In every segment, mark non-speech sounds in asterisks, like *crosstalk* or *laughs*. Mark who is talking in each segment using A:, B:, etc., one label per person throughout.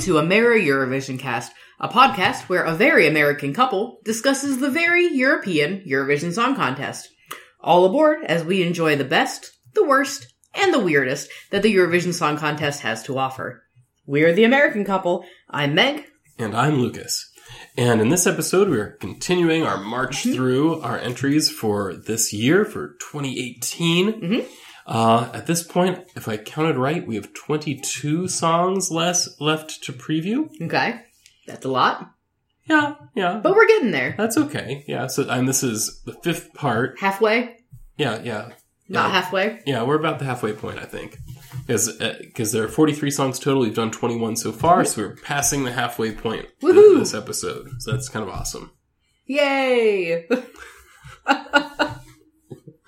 A: to a Merry Eurovision Cast, a podcast where a very American couple discusses the very European Eurovision Song Contest. All aboard as we enjoy the best, the worst, and the weirdest that the Eurovision Song Contest has to offer. We're the American couple. I'm Meg.
B: And I'm Lucas. And in this episode, we are continuing our march through our entries for this year, for 2018.
A: Mhm.
B: Uh, at this point, if I counted right, we have 22 songs less left to preview.
A: Okay. That's a lot,
B: Yeah, yeah.
A: but we're getting there.
B: That's okay. Yeah, so and this is the fifth part.
A: Halfway?
B: Yeah, yeah.
A: Not
B: Yeah.
A: halfway?
B: Yeah, we're about the halfway point, I think. Because there are 43 songs total. We've done 21 so far, so we're passing the halfway point for
A: Woohoo!
B: this episode. So that's kind of awesome.
A: Yay!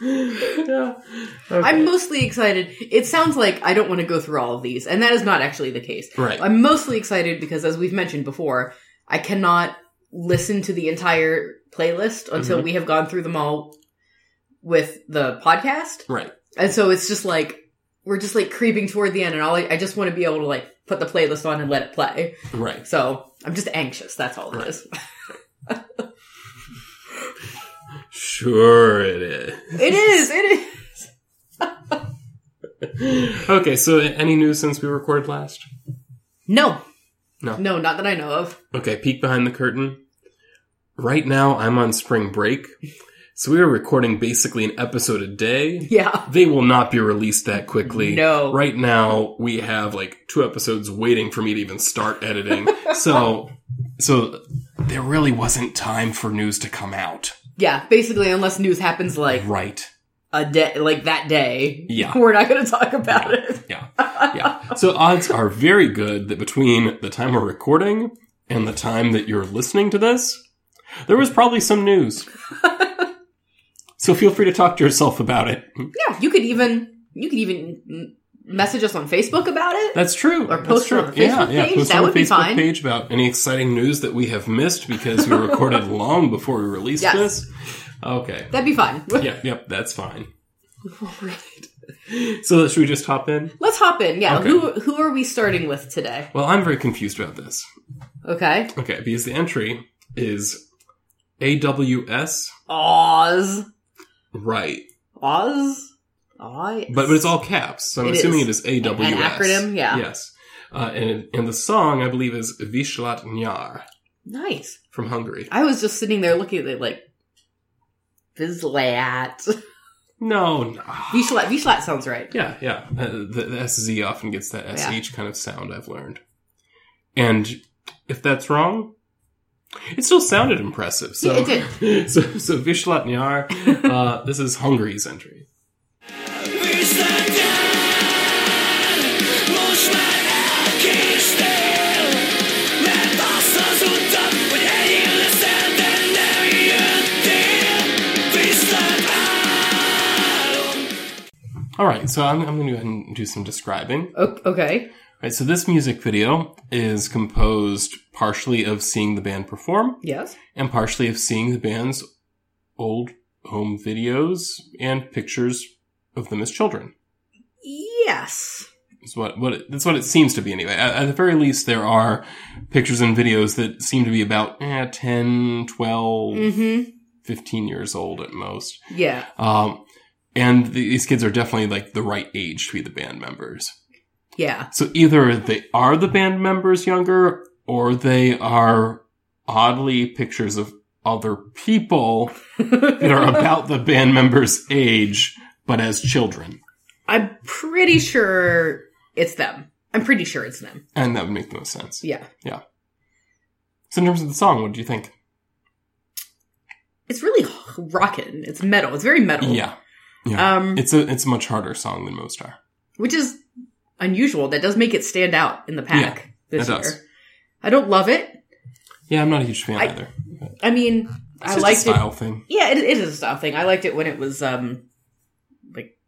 B: yeah.
A: I'm mostly excited. It sounds like I don't want to go through all of these, and that is not actually the case.
B: Right.
A: I'm mostly excited because, as we've mentioned before, I cannot listen to the entire playlist until
B: Mm-hmm.
A: we have gone through them all with the podcast.
B: Right.
A: And so it's just like, we're just like creeping toward the end, and all I, I just want to be able to like put the playlist on and let it play.
B: Right.
A: So I'm just anxious. That's all it
B: Right. *laughs*
A: is.
B: Sure it is.
A: it is. It is.
B: okay, so any news since we recorded last?
A: No.
B: No.
A: No, not that I know of.
B: Okay, peek behind the curtain. Right now, I'm on spring break, so we are recording basically an episode a day.
A: Yeah.
B: They will not be released that quickly.
A: No.
B: Right now, we have like two episodes waiting for me to even start editing. so, so there really wasn't time for news to come out.
A: Yeah. Basically, unless news happens like
B: Right.
A: a day, like that day,
B: Yeah.
A: we're not going to talk about it.
B: Yeah. Yeah. So odds are very good that between the time we're recording and the time that you're listening to this, there was probably some
A: *laughs*
B: news. so feel free to talk to yourself about it.
A: Yeah, you could even you could even m- message us on Facebook about it.
B: That's true.
A: Or
B: That's
A: post
B: true.
A: on the Facebook page.
B: Post
A: That
B: on the
A: would be
B: Facebook
A: fine.
B: page about any exciting news that we have missed because we
A: *laughs*
B: recorded long before we released
A: Yes.
B: this. Okay.
A: That'd be fun.
B: Yeah, yep,
A: *laughs*
B: that's fine.
A: Alright.
B: So should we just hop in?
A: Let's hop in. Yeah,
B: Okay.
A: who who are we starting with today?
B: Well, I'm very confused about this.
A: Okay,
B: Okay, because the entry is AWS
A: Oz,
B: Right.
A: Oz, Oz.
B: But, but it's all E caps, so I'm
A: It
B: assuming
A: is.
B: it is AWS.
A: An acronym, yeah.
B: Yes. Uh, and, and the song, I believe, is Vishlat Nyar
A: nice.
B: from Hungary.
A: I was just sitting there looking at it like Vizlat.
B: No, no.
A: Vishlat. Vishlat sounds right.
B: Yeah, yeah. Uh, the, the SZ often gets that SH
A: Yeah.
B: kind of sound, I've learned. And if that's wrong, it still sounded impressive. So,
A: Yeah, it did.
B: *laughs* so, so Vishlat Nyar,
A: *laughs*
B: uh, this is Hungary's entry.
C: Most már elkéstél, mert azt az utat, hogy egyén leszel, de nem jöttél Viszlát álom
B: All right, so I'm, I'm going to go ahead and do some describing.
A: O- okay.
B: All right, so this music video is composed partially of seeing the band perform
A: Yes.
B: and partially of seeing the band's old home videos and pictures of them as children.
A: Yes.
B: Is what what it, that's what it seems to be anyway. At, at the very least, there are pictures and videos that seem to be about eh, 10, 12,
A: Mm-hmm.
B: 15 years old at most.
A: Yeah.
B: Um, and these kids are definitely like the right age to be the band members.
A: Yeah.
B: So either they are the band members younger, or they are oddly pictures of other people that are about the band members' age, but as children.
A: *laughs* I'm pretty sure it's them. I'm pretty sure it's them.
B: And that would make the most sense.
A: Yeah.
B: So in terms of the song, what do you think?
A: It's really rockin'. It's metal. It's very metal.
B: Yeah. Yeah.
A: Um,
B: it's a it's a much harder song than most are.
A: which is unusual. That does make it stand out in the pack this
B: it
A: year.
B: does.
A: I don't love it.
B: Yeah, I'm not a huge fan
A: I-
B: either. It's
A: I mean, I
B: just a
A: liked it.
B: style thing.
A: Yeah, it, it is a style thing. I liked it when it was um like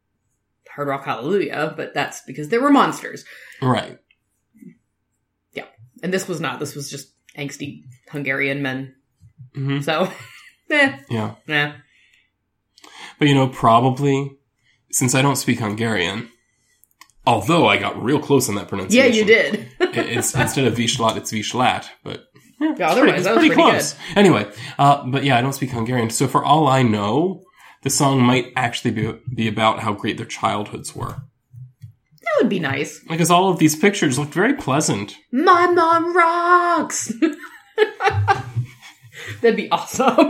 A: hard rock hallelujah, but that's because there were monsters,
B: Right.
A: and this was not. This was just angsty Hungarian men.
B: hmm
A: So, *laughs* eh,
B: Yeah.
A: eh.
B: But you know, probably since I don't speak Hungarian, Although I got real close on that
A: Yeah,
B: pronunciation.
A: you did. *laughs*
B: It- it's instead of Vishlat, it's Vishlat, but yeah, it's
A: otherwise,
B: it's
A: that was pretty
B: Anyway, uh, but yeah, I don't speak Hungarian, so for all I know, the song might actually be be about how great their childhoods were,
A: That would be nice.
B: because all of these pictures looked very pleasant. *laughs*
A: My mom rocks. *laughs* That'd be awesome. *laughs*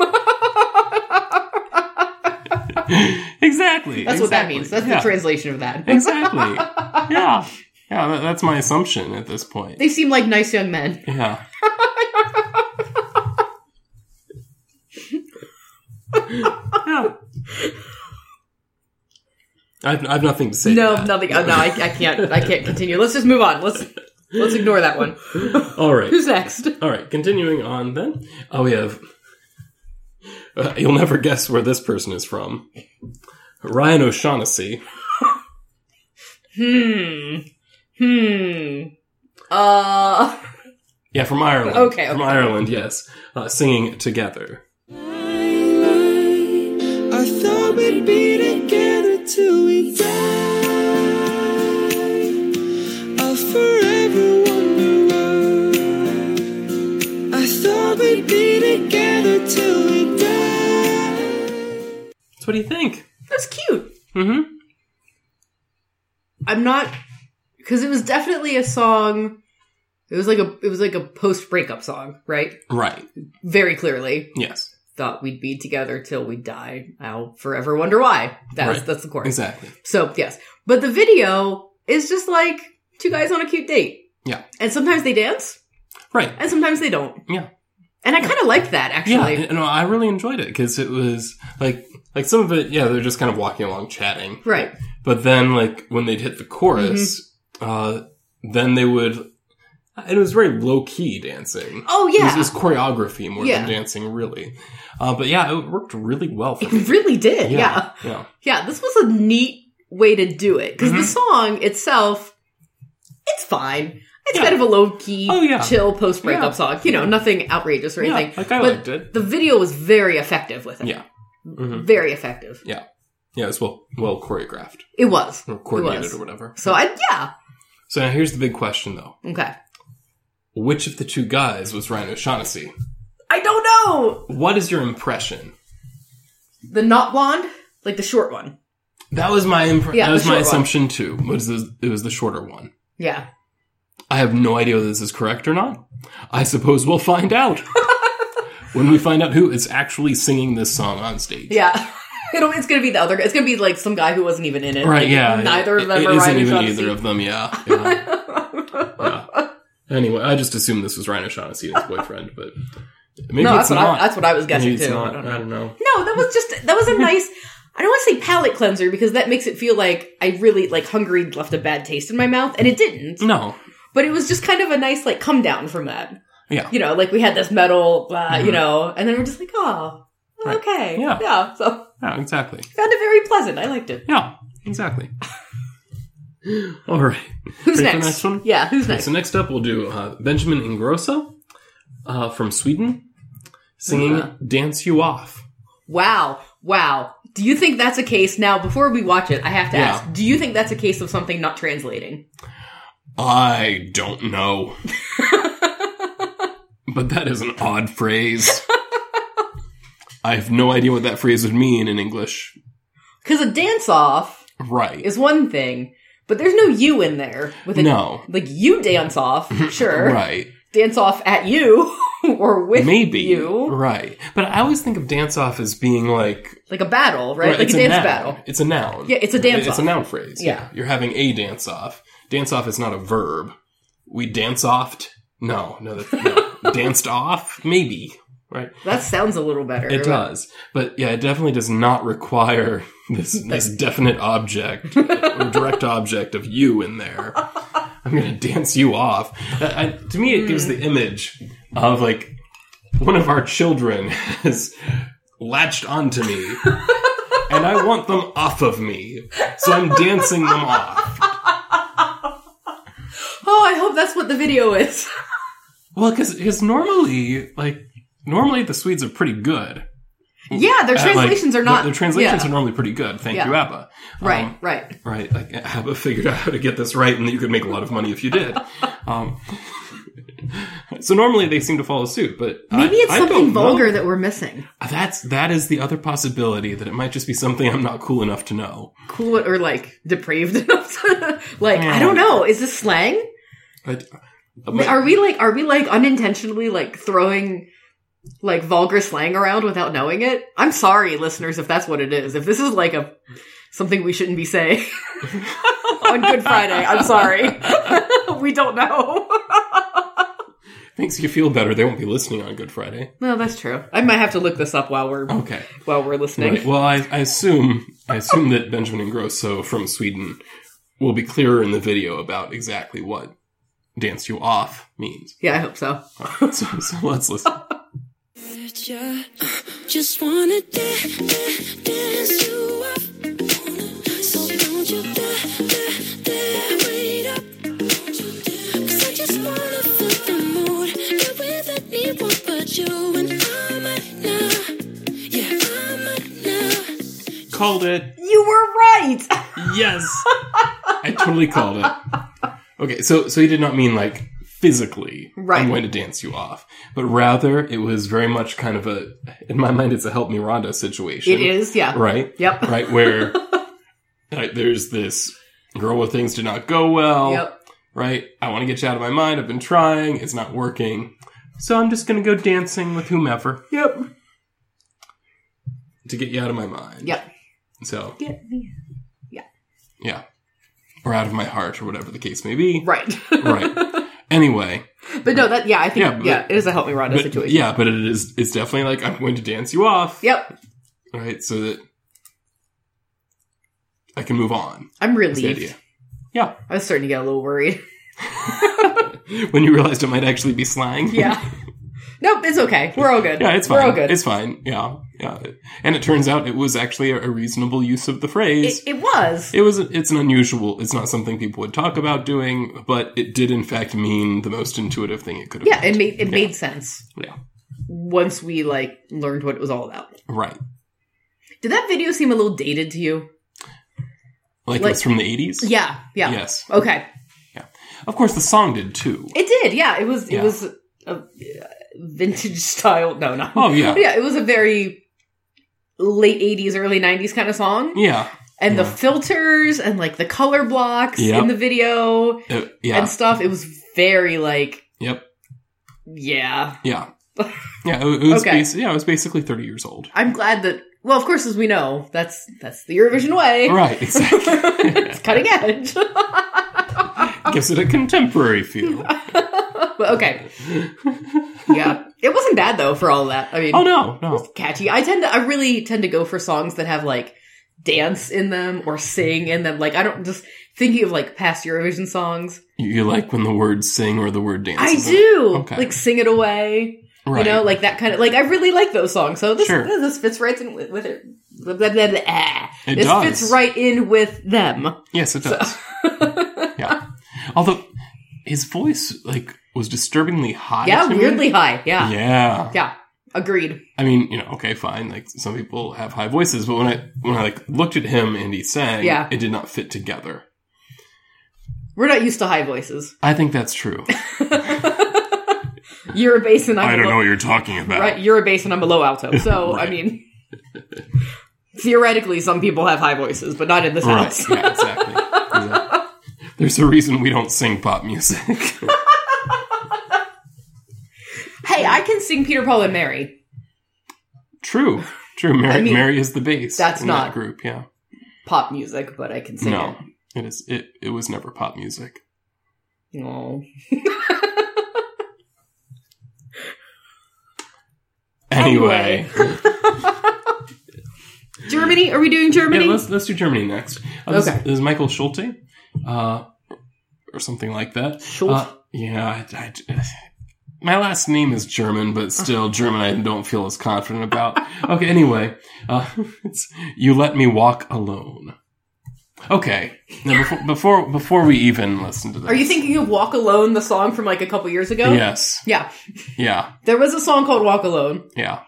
B: exactly,
A: That's what that
B: exactly,
A: means. That's
B: yeah.
A: the translation of that. *laughs*
B: exactly. Yeah, yeah, that, that's my assumption at this point.
A: They seem like nice young men.
B: Yeah. yeah. I've, I've nothing to say. to
A: No,
B: that.
A: nothing. Oh, no, I, I can't. I can't continue. Let's just move on. Let's let's ignore that one.
B: All right.
A: Who's next?
B: All right. Continuing on then. Oh, we have. Uh, you'll never guess where this person is from. Ryan O'Shaughnessy.
A: Hmm. Hmm. Uh.
B: Yeah, from Ireland.
A: Okay,
B: From
A: okay.
B: Ireland, yes. Uh, singing Together.
C: I thought we'd be together till we die. I'll forever wonder why. I thought we'd be together till we die.
B: So, what do you think?
A: That's cute.
B: Mm hmm.
A: I'm not because it was definitely a song. It was like a it was like a post breakup song, right?
B: Right.
A: Very clearly,
B: Yes.
A: thought we'd be together till we die. I'll forever wonder why. That's
B: Right.
A: that's the chorus.
B: Exactly.
A: So yes, but the video is just like two guys on a cute date.
B: Yeah.
A: and sometimes they dance,
B: Right.
A: and sometimes they don't.
B: Yeah.
A: and I kind of liked that
B: Yeah,
A: actually.
B: and- no, I really enjoyed it because it was like like some of it. Yeah, they're just kind of walking along chatting,
A: Right. Mm-hmm.
B: But then like when they'd hit the chorus, uh, then they would. It was very low key dancing.
A: Oh
B: It was,
A: yeah,
B: it was choreography more
A: Yeah.
B: than dancing, really. Uh, but yeah, it worked really well. For me.
A: it really did. *laughs* yeah.
B: yeah,
A: Yeah, this was a neat way to do it because the
B: Mhm.
A: song itself, it's fine. It's
B: Yeah.
A: kind of a low key,
B: Oh, yeah.
A: chill post breakup
B: Yeah.
A: song. You know, nothing outrageous or
B: yeah.
A: anything.
B: Like I
A: but
B: liked it.
A: the video was very effective with it.
B: Yeah. Mhm.
A: very effective.
B: Yeah, it was well well choreographed
A: It was.
B: or coordinated or whatever.
A: So I yeah
B: So now here's the big question though:
A: okay.
B: Which of the two guys was Ryan O'Shaughnessy?
A: I don't know
B: What is your impression?
A: the not blonde, like the short one.
B: That was my impr-
A: Yeah,
B: that
A: the
B: was
A: short
B: my
A: one.
B: assumption too. Was this, it was the shorter one?
A: Yeah,
B: I have no idea whether this is correct or not. I suppose we'll find out *laughs* when we find out who is actually singing this song on stage.
A: yeah. *laughs* It'll, it's gonna be the other. guy. It's gonna be like some guy who wasn't even in it.
B: Right.
A: Like,
B: Yeah.
A: Neither of
B: It-
A: them
B: It
A: are
B: isn't
A: Ryan
B: even
A: O'Shaughnessy.
B: either of them. Yeah.
A: *laughs*
B: yeah. Yeah. Anyway, I just assumed this was Ryan O'Shaughnessy and his boyfriend, but maybe
A: No,
B: it's
A: that's what,
B: not.
A: I, that's what I was guessing
B: maybe it's
A: too.
B: not.
A: I don't
B: I
A: know.
B: don't know.
A: No, that was just that was
B: *laughs*
A: a nice. I don't want to say palate cleanser because that makes it feel like I really like hungry left a bad taste in my mouth, and it didn't.
B: No.
A: But it was just kind of a nice like come down from that.
B: Yeah.
A: You know, like we had this metal, uh, you
B: Mhm.
A: know, and then we're just like, oh,
B: Right.
A: okay,
B: Yeah.
A: So I
B: Yeah. Exactly.
A: found it very pleasant. I liked it.
B: Yeah.
A: *laughs*
B: Exactly. All right.
A: Who's
B: Ready for
A: next?
B: the next one?
A: Yeah, who's next?
B: So next up, we'll do uh, Benjamin Ingrosso uh, from Sweden singing
A: Uh-huh.
B: "Dance You Off."
A: Wow, wow. Do you think that's a case? Now, before we watch it, I have to
B: Yeah.
A: ask: Do you think that's a case of something not translating?
B: I
A: *laughs*
B: don't know, but that is an odd phrase. I have no idea what that phrase would mean in English.
A: Because a dance off
B: Right?
A: is one thing, but there's no you in there with a
B: no.
A: like you dance off, sure,
B: *laughs* Right?
A: dance off at you *laughs* or with
B: Maybe.
A: you,
B: Right? But I always think of "dance off" as being like
A: like a battle, right? like a
B: it's
A: dance
B: noun.
A: battle.
B: It's a noun.
A: Yeah, it's a dance
B: It's a
A: off.
B: noun phrase.
A: Yeah.
B: You're having a dance off. Dance off is not a verb. We dance offed. No, no, that's,
A: *laughs*
B: no. danced off. Maybe. Right.
A: That sounds a little better.
B: It does, but yeah, it definitely does not require *laughs* this
A: *laughs*
B: this definite object or direct object of you in there.
A: *laughs*
B: I'm going to dance you off. I, I, to me, it gives the
A: Hmm.
B: image of like one of our children *laughs* has latched onto
A: *laughs*
B: me, and I want them off of me, so I'm dancing them off.
A: Oh, I hope that's what the video is. *laughs*
B: Well, because normally, like normally, the Swedes are pretty good
A: Yeah, their
B: Uh, like,
A: translations are
B: their-
A: not.
B: Their translations
A: yeah.
B: are normally pretty good. Thank
A: Yeah.
B: you, ABBA.
A: right,
B: Um,
A: right.
B: right. Like ABBA figured out how to get this right, and that you could make a lot of money if
A: *laughs*
B: you did. Um, so normally they seem to follow suit, but I-
A: Maybe it's
B: I
A: something
B: don't know.
A: vulgar that we're missing.
B: That's that is the other possibility that it might just be something I'm not cool enough to know.
A: Cool or like depraved *laughs* enough. to- like I
B: Mm.
A: don't know. Is this slang?
B: But,
A: Are we like are we like unintentionally like throwing like vulgar slang around without knowing it? I'm sorry, listeners, if that's what it is. If this is like a something we shouldn't be saying *laughs* on Good Friday, I'm sorry. *laughs* we don't know.
B: makes you feel better. They won't be listening on Good Friday.
A: no, that's true. I might have to look this up while we're
B: Okay.
A: while we're listening.
B: Right. Well, I, I assume I assume that Benjamin Ingrosso from Sweden will be clearer in the video about exactly what "dance you off" means. *laughs*
A: Yeah, I hope so.
B: So, so let's listen.
C: But yeah, just wanna da- da- dance you up. So don't you dare, dare, dare wait up. Cause I just wanna feel the mood. Get with anyone but you and I'm out now. Yeah, I'm out now.
B: Called it.
A: You were right. *laughs*
B: Yes, *laughs* I totally called it. Okay, so so he did not mean like physically.
A: Right.
B: I'm going to dance you off, but rather it was very much kind of a. In my mind, it's a help me Rhonda situation.
A: it is, yeah.
B: right.
A: Yep.
B: *laughs* right where like, there's this girl where things did not go well
A: Yep.
B: right i want to get you out of my mind i've been trying it's not working so i'm just going to go dancing with whomever
A: Yep.
B: to get you out of my mind
A: Yep.
B: so
A: Get me.
B: yeah or out of my heart or whatever the case may be
A: Right. *laughs*
B: right anyway
A: But no, that yeah, I think
B: Yeah,
A: yeah,
B: but-
A: it is a help me Rhonda
B: but,
A: situation.
B: yeah but it is it's definitely like i'm going to dance you off
A: Yep.
B: right so that i can move on
A: I'm
B: That's the
A: relieved.
B: idea yeah
A: I was starting to get a little worried. *laughs*
B: when you realized it might actually be slang
A: Yeah. nope, it's okay. We're all good.
B: *laughs* Yeah, it's fine.
A: We're all good.
B: It's fine. Yeah, yeah. And it turns out it was actually a, a reasonable use of the phrase.
A: it,
B: It,
A: it was.
B: was. It's an unusual. It's not something people would talk about doing, but it did in fact mean the most intuitive thing it could have.
A: yeah, it
B: meant.
A: made it made sense
B: yeah.
A: once we like learned what it was all about.
B: Right.
A: Did that video seem a little dated to you?
B: Like,
A: Like-
B: it's from the eighties.
A: Yeah, yeah.
B: Yes.
A: Okay.
B: Of course, the song did too.
A: It did. Yeah, it was it
B: Yeah.
A: was a, a vintage *laughs* style. No, not.
B: Oh, yeah.
A: *laughs* Yeah, it was a very late 80s early 90s kind of song
B: Yeah.
A: and the
B: yeah.
A: filters and like the color blocks
B: Yep.
A: in the video
B: Uh, yeah.
A: and stuff it was very like
B: yep.
A: yeah *laughs*
B: Yeah. Yeah. It, it was.
A: Okay.
B: basi- yeah. It was basically thirty years old.
A: I'm glad that. Well, of course, as we know, that's that's the Eurovision way.
B: Right. *laughs* Exactly.
A: *laughs* it's cutting edge. *laughs*
B: Gives it a
A: *laughs*
B: contemporary feel.
A: But
B: *laughs*
A: okay. Yeah, it wasn't bad though for all that. I mean,
B: Oh no, no.
A: catchy. I tend to, I really tend to go for songs that have like dance in them or sing in them. Like I don't just thinking of like past Eurovision songs.
B: You, you like when the word sing or the word dance?
A: I
B: is in it.
A: do
B: Okay.
A: like sing it away.
B: Right.
A: You know, like that kind of like I really like those songs. So this
B: Sure.
A: this fits right in with, with it. Blah, blah, blah, blah, ah.
B: It
A: this
B: does.
A: fits right in with them.
B: Yes,
A: *laughs*
B: it does. yeah. Although his voice like was disturbingly high.
A: Yeah,
B: to me.
A: weirdly high. Yeah. yeah.
B: Yeah.
A: Agreed.
B: I mean, you know, okay, fine. Like some people have high voices, but when I when I like looked at him and he sang,
A: Yeah.
B: it did not fit together.
A: We're not used to high voices. *laughs*
B: I think that's true.
A: You're a bass and I'm a low,
B: what you're talking about.
A: right. You're a bass and I'm a low alto.
B: *laughs*
A: So
B: Right.
A: I mean, theoretically, some people have high voices, but not in this
B: Right.
A: house. *laughs*
B: Yeah, exactly. Yeah. There's a reason we don't sing
A: *laughs*
B: pop music.
A: hey, I can sing Peter Paul and Mary.
B: true. True. Mary,
A: I mean,
B: Mary is the bass.
A: that's
B: in
A: not-
B: that group. Yeah.
A: Pop music, but I can sing
B: No. It is. It. It was never pop music.
A: it. Oh.
B: Anyway.
A: Germany? Are we doing Germany?
B: Yeah, let's let's do Germany next. Uh, this,
A: Okay.
B: this is Michael Schulte, uh, or something like that.
A: Schulte.
B: Uh, yeah, I, I- my last name is German, but
A: *laughs*
B: still German. I don't feel as confident about. Okay, anyway, uh, *laughs* it's you let me walk alone. Okay, now before before before we even listen to this,
A: Are you thinking of Walk Alone, the song from like a couple years ago?
B: Yes.
A: Yeah.
B: Yeah.
A: There was a song called Walk Alone.
B: Yeah.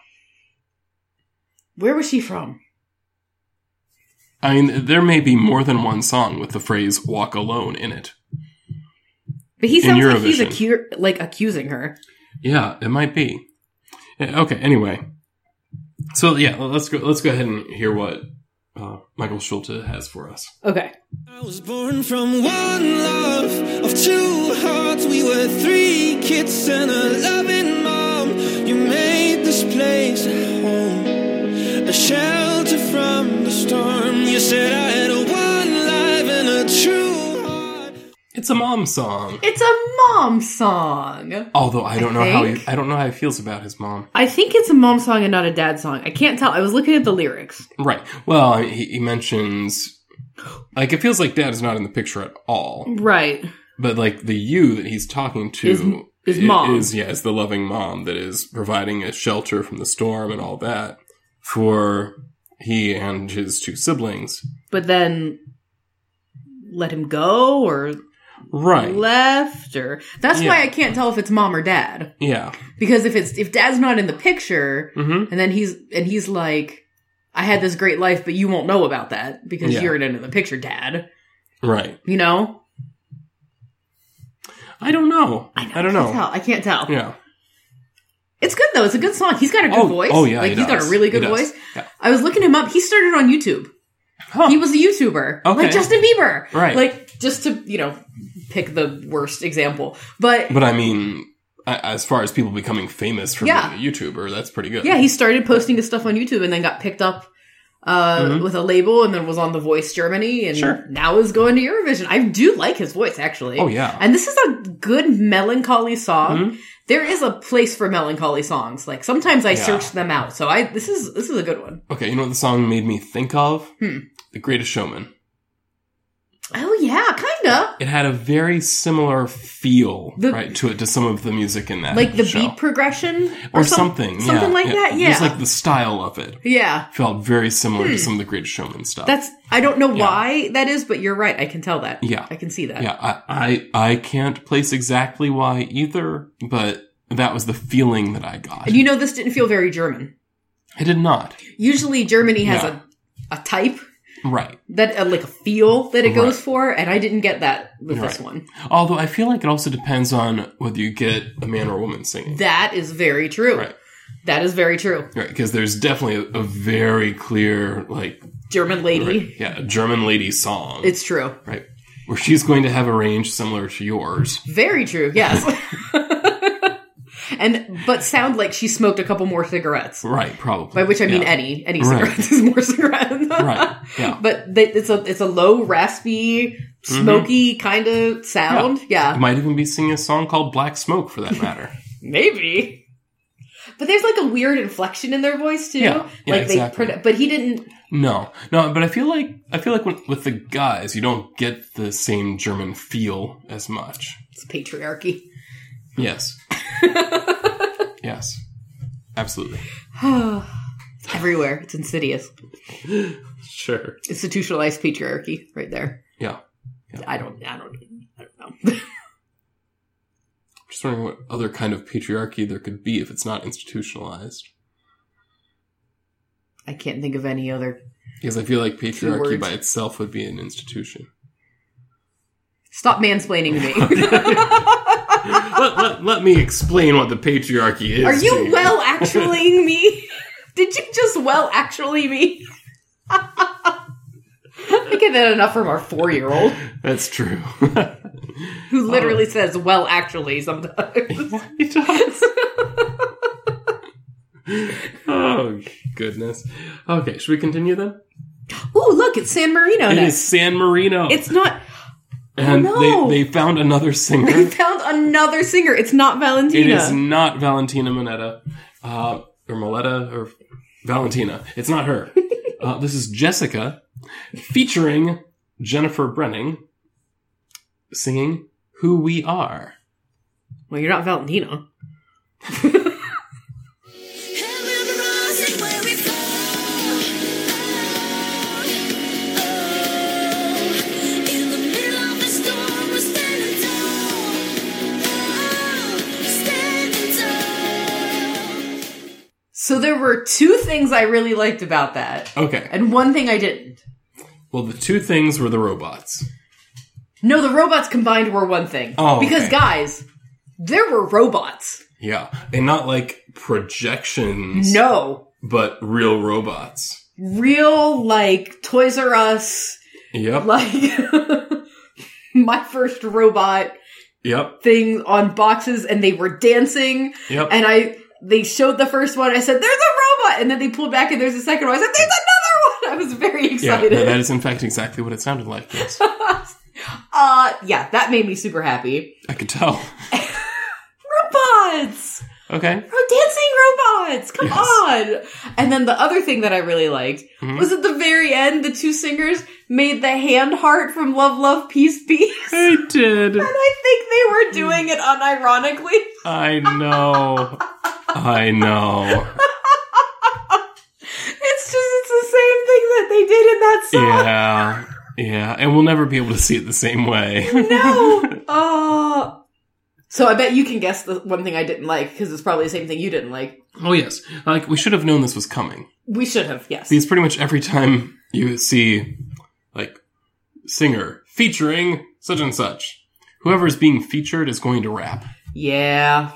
A: Where was she from?
B: I mean, there may be more than one song with the phrase "walk alone" in it.
A: But he
B: In
A: sounds like he's
B: Eurovision.
A: acu- like accusing her.
B: Yeah, it might be. Yeah, okay. Anyway, so yeah, let's go. Let's go ahead and hear what uh, Michael Schulte has for us.
A: Okay.
D: I was born from one love of two hearts. We were three kids and a loving mom. You made this place a home, a shelter from the storm. You said I had a one life and a true heart.
B: It's a mom song.
A: It's a mom song.
B: Although I don't know how he,
A: think.
B: I don't know how he feels about his mom.
A: I think it's a mom song and not a dad song. I can't tell. I was looking at the lyrics.
B: Right. Well, I mean, he, he mentions like it feels like dad is not in the picture at all.
A: Right.
B: But like the you that he's talking to
A: Is- is
B: i-
A: mom.
B: Is yeah, is the loving mom that is providing a shelter from the storm and all that for he and his two siblings.
A: But then let him go or
B: Right.
A: left or that's why
B: Yeah.
A: I can't tell if it's mom or dad.
B: yeah.
A: Because if it's if dad's not in the picture
B: hmm
A: and then he's and he's like I had this great life, but you won't know about that because
B: Yeah.
A: you're not in the picture, dad.
B: Right.
A: You know?
B: I don't know. I, don't
A: can't
B: know.
A: tell. I can't tell.
B: Yeah.
A: It's good though. It's a good song. He's got a good
B: oh,
A: voice.
B: oh yeah.
A: like
B: he
A: has got a
B: does.
A: really
B: He
A: good
B: does.
A: voice.
B: Yeah.
A: I was looking him up. He started on YouTube.
B: Huh.
A: He was a YouTuber, like
B: Okay.
A: Justin Bieber,
B: Right.
A: Like just to you know pick the worst example, but
B: But I mean, a- as far as people becoming famous from
A: Yeah.
B: being a YouTuber, that's pretty good.
A: yeah, he started posting his stuff on YouTube and then got picked up uh, with a label and then was on The Voice Germany and
B: Mm-hmm. Sure.
A: now is going to Eurovision. I do like his voice actually.
B: Oh, yeah. Mm-hmm.
A: and this is a good melancholy song. There is a place for melancholy songs. Like sometimes I
B: Yeah.
A: search them out. So I this is this is a good one.
B: Okay, you know what the song made me think of?
A: Hmm.
B: The Greatest Showman.
A: Oh yeah, kinda.
B: It had a very similar feel,
A: The-
B: right, to it to some of the music in that,
A: Like the
B: show.
A: beat progression
B: or,
A: some-
B: something,
A: something
B: yeah,
A: like
B: it-
A: that.
B: it
A: Yeah, Hmm.
B: was like the style of it
A: yeah.
B: felt very similar to some of the Greatest Showman stuff.
A: That's I don't know why that is, but you're right. I can tell that.
B: Yeah.
A: I can see that.
B: yeah. I, I I can't place exactly why either, but that was the feeling that I got.
A: And you know, this didn't feel very German.
B: I did not.
A: Usually, Germany has
B: Yeah.
A: a a type
B: Right.
A: that uh, like a feel that it goes
B: Right.
A: for, and I didn't get that with this
B: Right.
A: one.
B: Although I feel like it also depends on whether you get a man or a woman singing.
A: That is very true.
B: Right.
A: That is very true.
B: Right, because there's definitely a, a very clear, like,
A: German lady.
B: right, yeah, German lady song.
A: It's true.
B: right, where she's going to have a range similar to yours.
A: Very true. Yes. *laughs* and but sound like she smoked a couple more cigarettes.
B: Right, probably.
A: By which I mean
B: Yeah.
A: any any
B: Right.
A: cigarettes *laughs* is more cigarettes.
B: Right, yeah.
A: *laughs*
B: Mm-hmm.
A: But they, it's a it's a low raspy, smoky kind of sound. Yeah,
B: Might even be singing a song called Black Smoke for that matter.
A: maybe. But there's like a weird inflection in their voice too.
B: Yeah, yeah,
A: like
B: exactly.
A: they, produ- but he didn't.
B: no, no, but I feel like, I feel like when, with the guys, you don't get the same German feel as much.
A: It's patriarchy. *laughs*
B: Yes. yes. Absolutely.
A: It's everywhere. It's insidious.
B: Sure.
A: Institutionalized patriarchy, right there.
B: Yeah.
A: I don't. I don't. I don't know. *laughs*
B: Just wondering what other kind of patriarchy there could be if it's not institutionalized.
A: I can't think of any other.
B: Because I feel like
A: words.
B: patriarchy by itself would be an institution. *laughs*
A: Stop mansplaining
B: *laughs*
A: me.
B: let, let, let me explain what the patriarchy is.
A: Are
B: to
A: you well actually me? *laughs* Did you just well actually me? *laughs* I get that enough from our four year old
B: That's true. *laughs*
A: who literally
B: Uh.
A: says well actually sometimes. *laughs*
B: he does. oh, goodness. Okay, should we continue then?
A: Ooh, look, it's San Marino
B: It
A: now.
B: is San Marino.
A: It's not.
B: and
A: Oh, no.
B: they, they found another
A: We
B: singer.
A: found another singer. It's not
B: it
A: Valentina.
B: is not Valentina Monetta, uh, or Moletta, or Valentina. It's
A: *laughs*
B: not her. uh, this is Jessica featuring Jennifer Brenning singing Who We Are.
A: Well, you're not Valentina.
C: Oh, Oh,
A: So there were two things I really liked about that,
B: Okay.
A: and one thing I didn't.
B: Well, the two things were the robots.
A: No, the robots combined were one thing.
B: Oh,
A: because
B: okay.
A: guys, there were robots.
B: Yeah. And not like projections,
A: No,
B: but real robots.
A: real like Toys R Us, *laughs*
B: Yep.
A: like *laughs* my first robot
B: yep.
A: thing on boxes, and they were dancing,
B: Yep.
A: and I. They showed the first one. I said, "There's a robot," and then they pulled back, and there's a second one. I said, "There's another one." *laughs* I was very
B: yeah,
A: excited.
B: no, that is in fact exactly what it sounded like.
A: *laughs*
B: Yes.
A: uh, yeah, that made me super happy.
B: I could tell.
A: robots,
B: Okay.
A: Ro- dancing robots. Come on! And then the other thing that I really liked
B: Mhm.
A: was at the very end, the two singers made the hand heart from Love, Love, Peace, Peace, *laughs* and
B: I did.
A: I think they were doing it unironically.
B: I know. I know.
A: It's just it's the same thing that they did in that song.
B: Yeah. Yeah. And we'll never be able to see it the same way. *laughs*
A: No. Uh, so I bet you can guess the one thing I didn't like because it's probably the same thing you didn't like.
B: oh, yes. Like, we should have known this was coming.
A: We should have, yes.
B: Because pretty much every time you see, like, singer featuring such and such, whoever is being featured is going to rap.
A: Yeah.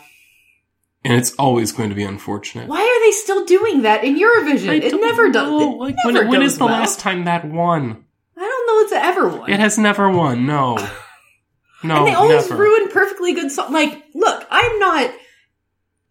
B: And it's always going to be unfortunate.
A: Why are they still doing that in Eurovision?
B: I
A: it
B: don't
A: never does.
B: know.
A: it
B: Like,
A: never
B: when, when
A: goes
B: is the
A: well.
B: last time that won?
A: I don't know. It's ever one.
B: It has never won.
A: *laughs*
B: No. No.
A: and they always
B: never.
A: ruin perfectly good song. Like, look, I'm not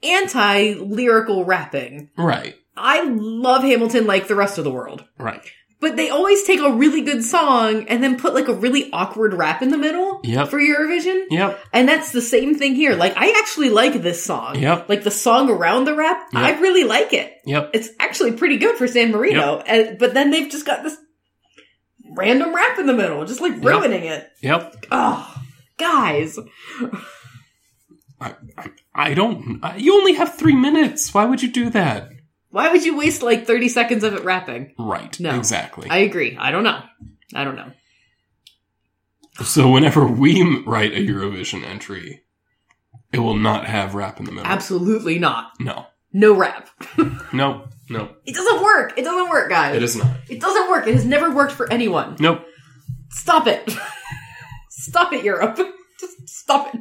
A: anti lyrical rapping.
B: Right.
A: I love Hamilton like the rest of the world.
B: Right.
A: But they always take a really good song and then put like a really awkward rap in the middle
B: Yep.
A: for Eurovision.
B: Yep.
A: And that's the same thing here. Like, I actually like this song.
B: Yep.
A: Like the song around the rap,
B: Yep.
A: I really like it.
B: Yep.
A: It's actually pretty good for San Marino. And, but then they've just got this random rap in the middle, just like ruining it.
B: Yep.
A: Oh, guys.
B: I don't. I, you only have three minutes. Why would you do that?
A: Why would you waste like 30 seconds of it rapping?
B: Right.
A: No.
B: Exactly.
A: I agree. I don't know. I don't know.
B: so whenever we m- write a Eurovision entry, it will not have rap in the middle.
A: Absolutely not.
B: no.
A: No rap.
B: No. No.
A: It doesn't work. It doesn't work, guys.
B: It is not.
A: It doesn't work. It has never worked for anyone.
B: Nope.
A: Stop it. *laughs* stop it, Europe. *laughs* Just stop it.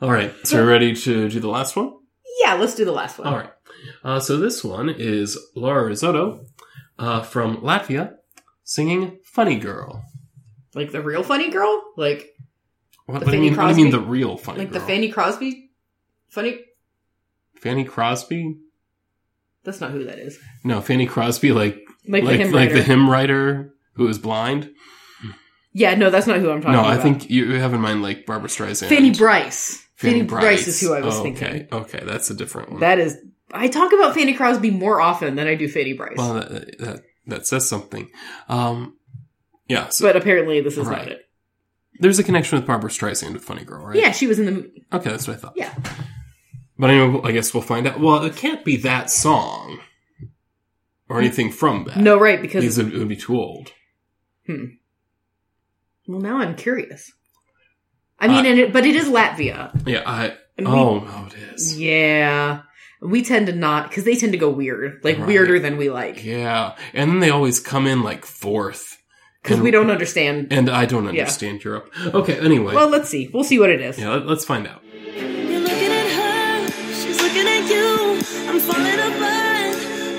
B: All right. So we're ready to do the last one.
A: Yeah, let's do the last one.
B: All right. Uh, so this one is Laura Risotto uh, from Latvia singing "Funny Girl."
A: Like the real funny girl? Like
B: What,
A: The
B: what do you
A: Fanny
B: mean? What do you mean the
A: Crosby?
B: real funny
A: like
B: girl?
A: the Fanny Crosby funny
B: Fanny Crosby?
A: that's not who that is.
B: No, Fanny Crosby, like
A: Like,
B: like
A: the hymn
B: like
A: writer.
B: the hymn writer who is blind.
A: Yeah, no, that's not who I'm talking
B: No,
A: about.
B: I think you you have in mind like Barbara Streisand.
A: Fanny Bryce. Fanny, Bryce. is who I was
B: Oh,
A: thinking.
B: Okay, okay, that's a different one.
A: That is, I talk about Fanny Crosby more often than I do Fanny Bryce.
B: well, that, that that says something. Um, yeah, so
A: but apparently, this is
B: Right.
A: not it.
B: there's a connection with Barbara Streisand with Funny Girl, right?
A: Yeah, she was in the.
B: Okay, that's what I thought.
A: Yeah.
B: But anyway, I guess we'll find out. Well, it can't be that song or anything from that.
A: No, right,
B: because
A: because.
B: it would be too old.
A: well, now I'm curious. I
B: Uh,
A: mean, and it, but it is Latvia.
B: Yeah, I.
A: And we-
B: Oh no, it is.
A: Yeah. We tend to not, because they tend to go weird, like
B: Right.
A: weirder than we like,
B: Yeah, and then they always come in like fourth,
A: because we don't understand.
B: and I don't
A: Yeah.
B: understand Europe. Okay, anyway,
A: Well, let's see. We'll see what it is.
B: yeah, let, us find out.
C: You're looking at her, she's looking at you. I'm falling apart.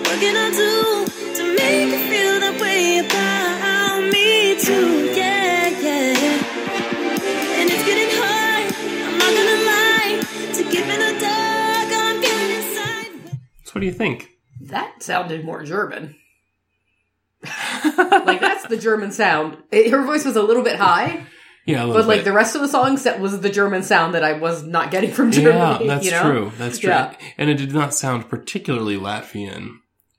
C: What can I do to make you feel that way about me too? Yeah, yeah. And it's getting hard. I'm not gonna lie. To keep in the dark, I'm feeling inside.
B: So, what do you think?
A: That sounded more *laughs* German. like that's the German sound. It, her voice was a little bit high,
B: Yeah, a little
A: but like
B: bit.
A: the rest of the song set was the German sound that I was not getting *laughs* from Germany.
B: yeah, that's
A: you know?
B: true. That's true.
A: Yeah.
B: And it did not sound particularly Latvian.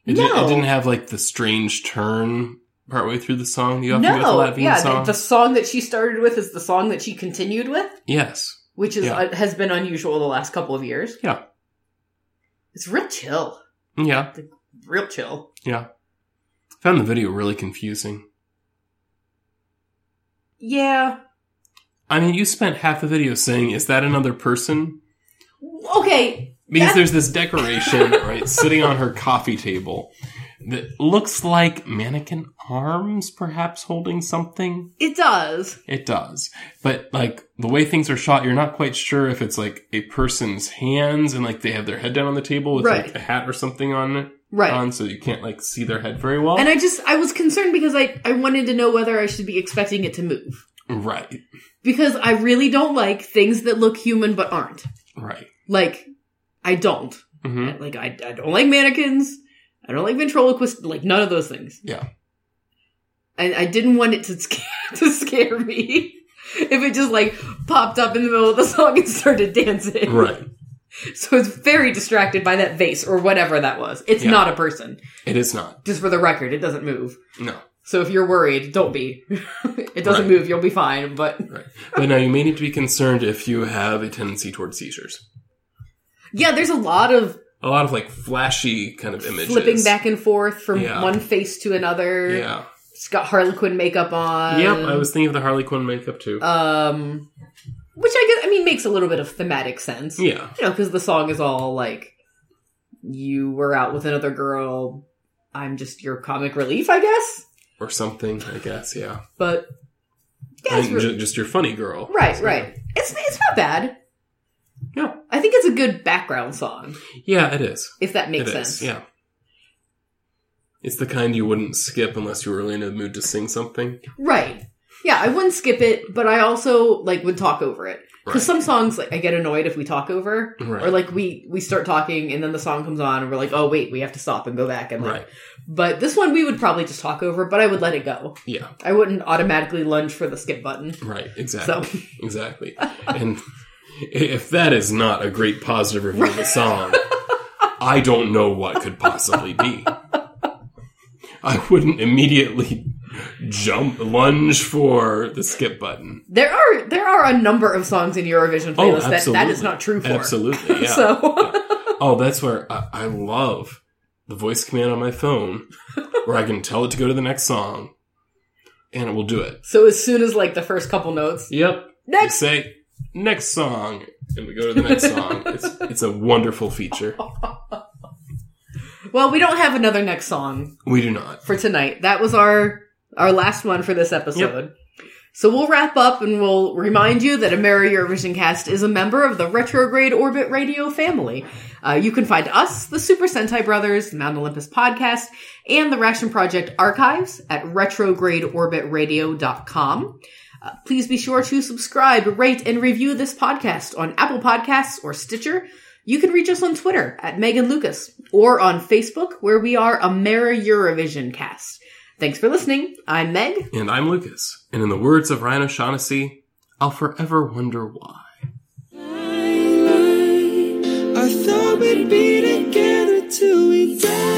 B: It,
A: No.
B: did, it didn't have like the strange turn partway through the song. You often
A: No,
B: get with Latvian
A: yeah,
B: songs.
A: The, the song that she started with is the song that she continued with,
B: yes.
A: which is
B: Yeah.
A: uh, has been unusual the last couple of years.
B: Yeah.
A: It's real chill,
B: Yeah.
A: real chill.
B: Yeah. Found the video really confusing.
A: Yeah,
B: I mean, you spent half the video saying, "Is that another person?"
A: Okay,
B: Because
A: That-
B: there's this
A: *laughs*
B: decoration, right, sitting on her coffee table that looks like mannequin arms, perhaps holding something.
A: it does.
B: It does. But like the way things are shot, you're not quite sure if it's like a person's hands and like they have their head down on the table with
A: Right.
B: like a hat or something on
A: Right.
B: on so you can't like see their head very well.
A: And I just I was concerned because I I wanted to know whether I should be expecting it to move
B: right.
A: because I really don't like things that look human but aren't.
B: Right.
A: Like I don't.
B: hmm
A: Like I I don't like mannequins. I don't like ventriloquist like none of those things.
B: Yeah.
A: And I didn't want it to *laughs* scare, to scare me. *laughs* If it just like popped up in the middle of the song and started dancing.
B: Right.
A: So it's very distracted by that vase or whatever that was. It's
B: Yeah.
A: not a person.
B: It is not.
A: Just for the record, it doesn't move.
B: No.
A: So if you're worried, don't be. *laughs* it doesn't
B: Right.
A: move, you'll be fine. But
B: Right. But now you may need to be concerned if you have a tendency towards seizures.
A: yeah, there's a lot of
B: A lot of like flashy kind of images.
A: flipping back and forth from
B: Yeah.
A: one face to another.
B: Yeah.
A: It's got Harlequin makeup on.
B: yep. I was thinking of the Harley Quinn makeup too.
A: Um, which I guess I mean makes a little bit of thematic sense.
B: yeah.
A: You know, because the song is all like, "You were out with another girl. I'm just your comic relief, I guess."
B: Or something, I guess. Yeah.
A: But yeah, it's
B: And
A: re-
B: ju- just your funny girl.
A: right,
B: So,
A: right. It's it's not bad.
B: No.
A: I think it's a good background song,
B: Yeah, it is.
A: if that makes
B: It is,
A: sense.
B: yeah. It's the kind you wouldn't skip unless you were really in the mood to sing something.
A: Right. Yeah, I wouldn't skip it, but I also like would talk over it because
B: Right.
A: some songs like I get annoyed if we talk over
B: Right.
A: or like we we start talking and then the song comes on and we're like, oh wait, we have to stop and go back and like.
B: Right.
A: But this one we would probably just talk over, but I would let it go.
B: Yeah.
A: I wouldn't automatically lunge for the skip button.
B: Right.
A: So
B: Exactly. *laughs* Exactly. and if that is not a great positive review of
A: *laughs*
B: the song, I don't know what could possibly be. I wouldn't immediately jump lunge for the skip button.
A: there are there are a number of songs in Eurovision
B: Oh,
A: playlist that
B: absolutely.
A: that is not true for. *laughs*
B: Absolutely. Yeah.
A: So
B: Oh, that's where I, I love the voice command on my
A: *laughs*
B: phone, where I can tell it to go to the next song, and it will do it.
A: so as soon as like the first couple notes,
B: Yep. You
A: next
B: say next song, and we go to the
A: *laughs*
B: next song. It's it's a wonderful feature.
A: well, we don't have another next song
B: We do not.
A: for tonight. That was our our last one for this episode. So we'll wrap up and we'll remind you that Ameri Eurovision Cast is a member of the Retrograde Orbit Radio family. Uh, you can find us, the Super Sentai Brothers, the Mount Olympus podcast, and the Ration Project archives at retrogradeorbitradio.com. Uh, please be sure to subscribe, rate, and review this podcast on Apple Podcasts or Stitcher. You can reach us on Twitter at Megan Lucas or on Facebook where we are Amera Eurovision Cast. Thanks for listening. I'm Meg.
B: And I'm Lucas, and in the words of Ryan O'Shaughnessy, I'll forever wonder why.
D: I thought we'd be together till we die.